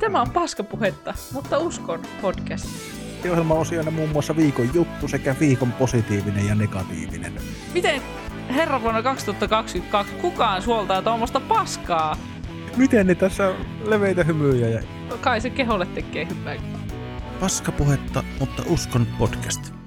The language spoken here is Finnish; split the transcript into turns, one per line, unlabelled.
Tämä on paskapuhetta, mutta uskon podcast.
Ohjelma on siellä muun muassa viikon juttu sekä viikon positiivinen ja negatiivinen.
Miten herra vuonna 2022 kukaan suoltaa tuommoista paskaa?
Miten ne tässä on leveitä hymyjä ja
Kai se keholle tekee hyvää.
paskapuhetta, mutta uskon podcast.